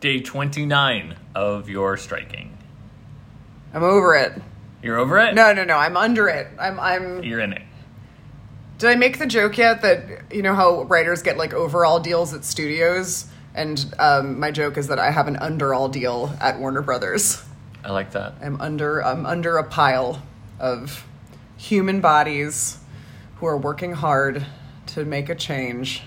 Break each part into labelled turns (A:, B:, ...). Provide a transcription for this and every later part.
A: day 29 of your striking.
B: I'm over it.
A: You're over it?
B: No, no, no. I'm under it. I'm. I'm.
A: You're in it.
B: Did I make the joke yet that you know how writers get like overall deals at studios, and um, my joke is that I have an underall deal at Warner Brothers.
A: I like that.
B: I'm under. I'm under a pile of human bodies who are working hard to make a change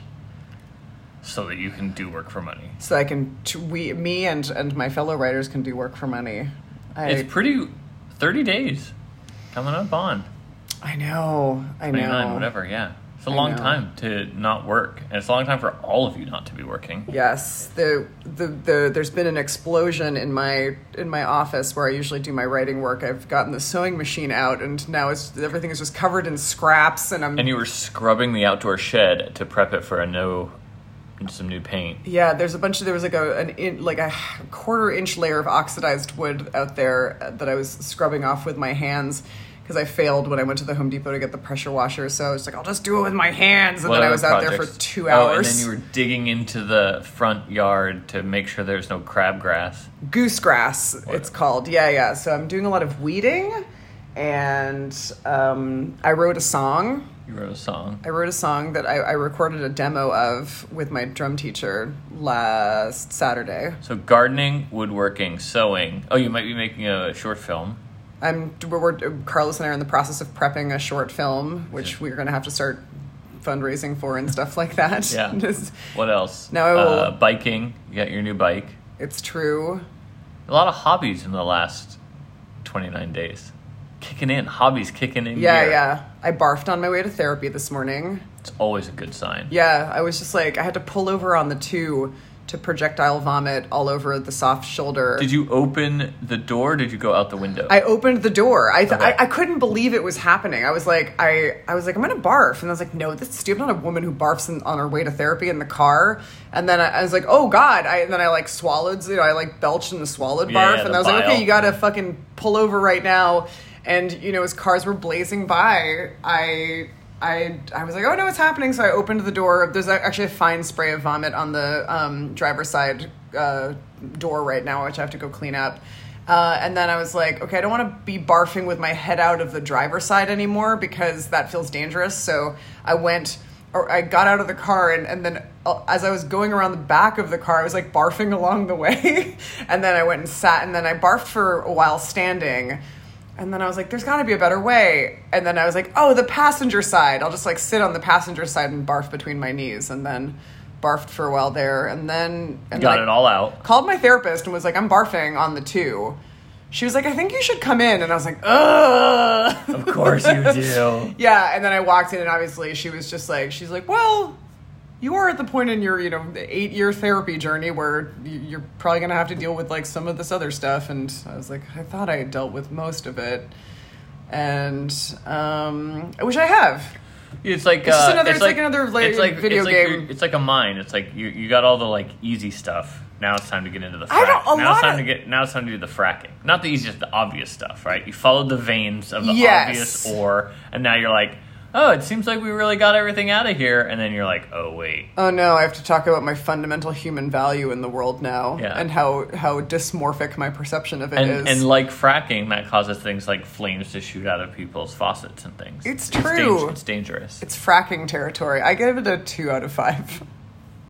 A: So that you can do work for money.
B: so I can t- we me and and my fellow writers can do work for money. I
A: It's pretty 30 days coming up on.
B: I know. I
A: 29,
B: know.
A: whatever, yeah. It's a long
B: know.
A: time to not work. And it's a long time for all of you not to be working.
B: Yes, the, the the there's been an explosion in my in my office where I usually do my writing work. I've gotten the sewing machine out, and now it's everything is just covered in scraps, and I'm
A: And you were scrubbing the outdoor shed to prep it for a no, some new paint.
B: yeah. There's a bunch of there was like a an in, like a quarter inch layer of oxidized wood out there uh, that I was scrubbing off with my hands. Because I failed when I went to the Home Depot to get the pressure washer, so I was like, "I'll just do it with my hands," and
A: What
B: then I
A: other
B: was out there
A: projects?
B: for two
A: Oh, and
B: hours.
A: then you were digging into the front yard to make sure there's no crabgrass.
B: goosegrass it's called yeah yeah so i'm doing a lot of weeding and um, i wrote a song
A: You wrote a song.
B: i wrote a song that I, I recorded a demo of with my drum teacher last saturday
A: So gardening, woodworking, sewing. Oh, you might be making a short film.
B: i'm we're, we're- carlos and i are in the process of prepping a short film which we're going to have to start fundraising for and stuff like that
A: Yeah.
B: it's,
A: What else?
B: No.
A: Uh, biking. You got your new bike.
B: it's true
A: A lot of hobbies in the last 29 days. Kicking in. Hobbies kicking in.
B: yeah
A: gear.
B: yeah i barfed on my way to therapy this morning
A: It's always a good sign.
B: Yeah, I was just like, I had to pull over on the two to projectile vomit all over the soft shoulder.
A: Did you open the door? Or did you go out the window?
B: I opened the door. I, th-
A: Okay.
B: I I couldn't believe it was happening. I was like, I I was like, I'm gonna barf, and I was like, no, that's stupid. I'm not a woman who barfs in, on her way to therapy in the car. And then I, I was like, oh god. I and then I like swallowed. You know, I like belched and swallowed
A: Yeah,
B: barf,
A: yeah,
B: and
A: the
B: I was like,
A: bile.
B: okay, you gotta fucking pull over right now. And you know, as cars were blazing by, I. I, I was like, oh no, it's happening. So I opened the door. There's a- actually a fine spray of vomit on the um, driver's side uh, door right now, which I have to go clean up. Uh, and then I was like, okay, I don't want to be barfing with my head out of the driver's side anymore because that feels dangerous. So I went, or I got out of the car, and, and then uh, as I was going around the back of the car, I was like barfing along the way. and then I went and sat, and then I barfed for a while standing. And then I was like, there's got to be a better way. And then I was like, oh, the passenger side. I'll just like sit on the passenger side and barf between my knees. And then barfed for a while there. And then. And
A: got
B: then
A: it
B: I-
A: all out.
B: called my therapist and was like, I'm barfing on the two. She was like, I think you should come in. And I was like, ugh.
A: Of course you do.
B: yeah. And then I walked in, and obviously she was just like, she's like, well, you are at the point in your, you know, eight year therapy journey where y- you're probably going to have to deal with like some of this other stuff. And I was like, I thought I had dealt with most of it. And um, I wish I have.
A: It's like
B: It's just
A: uh,
B: another- it's like another, like, video
A: like you're-
B: game.
A: it's like a mine. It's like you, you got all the like easy stuff. Now it's time to get into the. Frack.
B: I don't- a
A: now it's
B: lot
A: time
B: of-
A: to get. Now it's time to do the fracking. Not the easiest, the obvious stuff, right? You followed the veins of the
B: Yes.
A: obvious ore, and now you're like, oh, it seems like we really got everything out of here, and then you're like, oh wait,
B: Oh no, I have to talk about my fundamental human value in the world now
A: Yeah.
B: and how, how dysmorphic my perception of it is.
A: and and like fracking, that causes things like flames to shoot out of people's faucets and things.
B: It's
A: dang-
B: true.
A: it's dangerous.
B: It's fracking territory. I gave it a two out of five.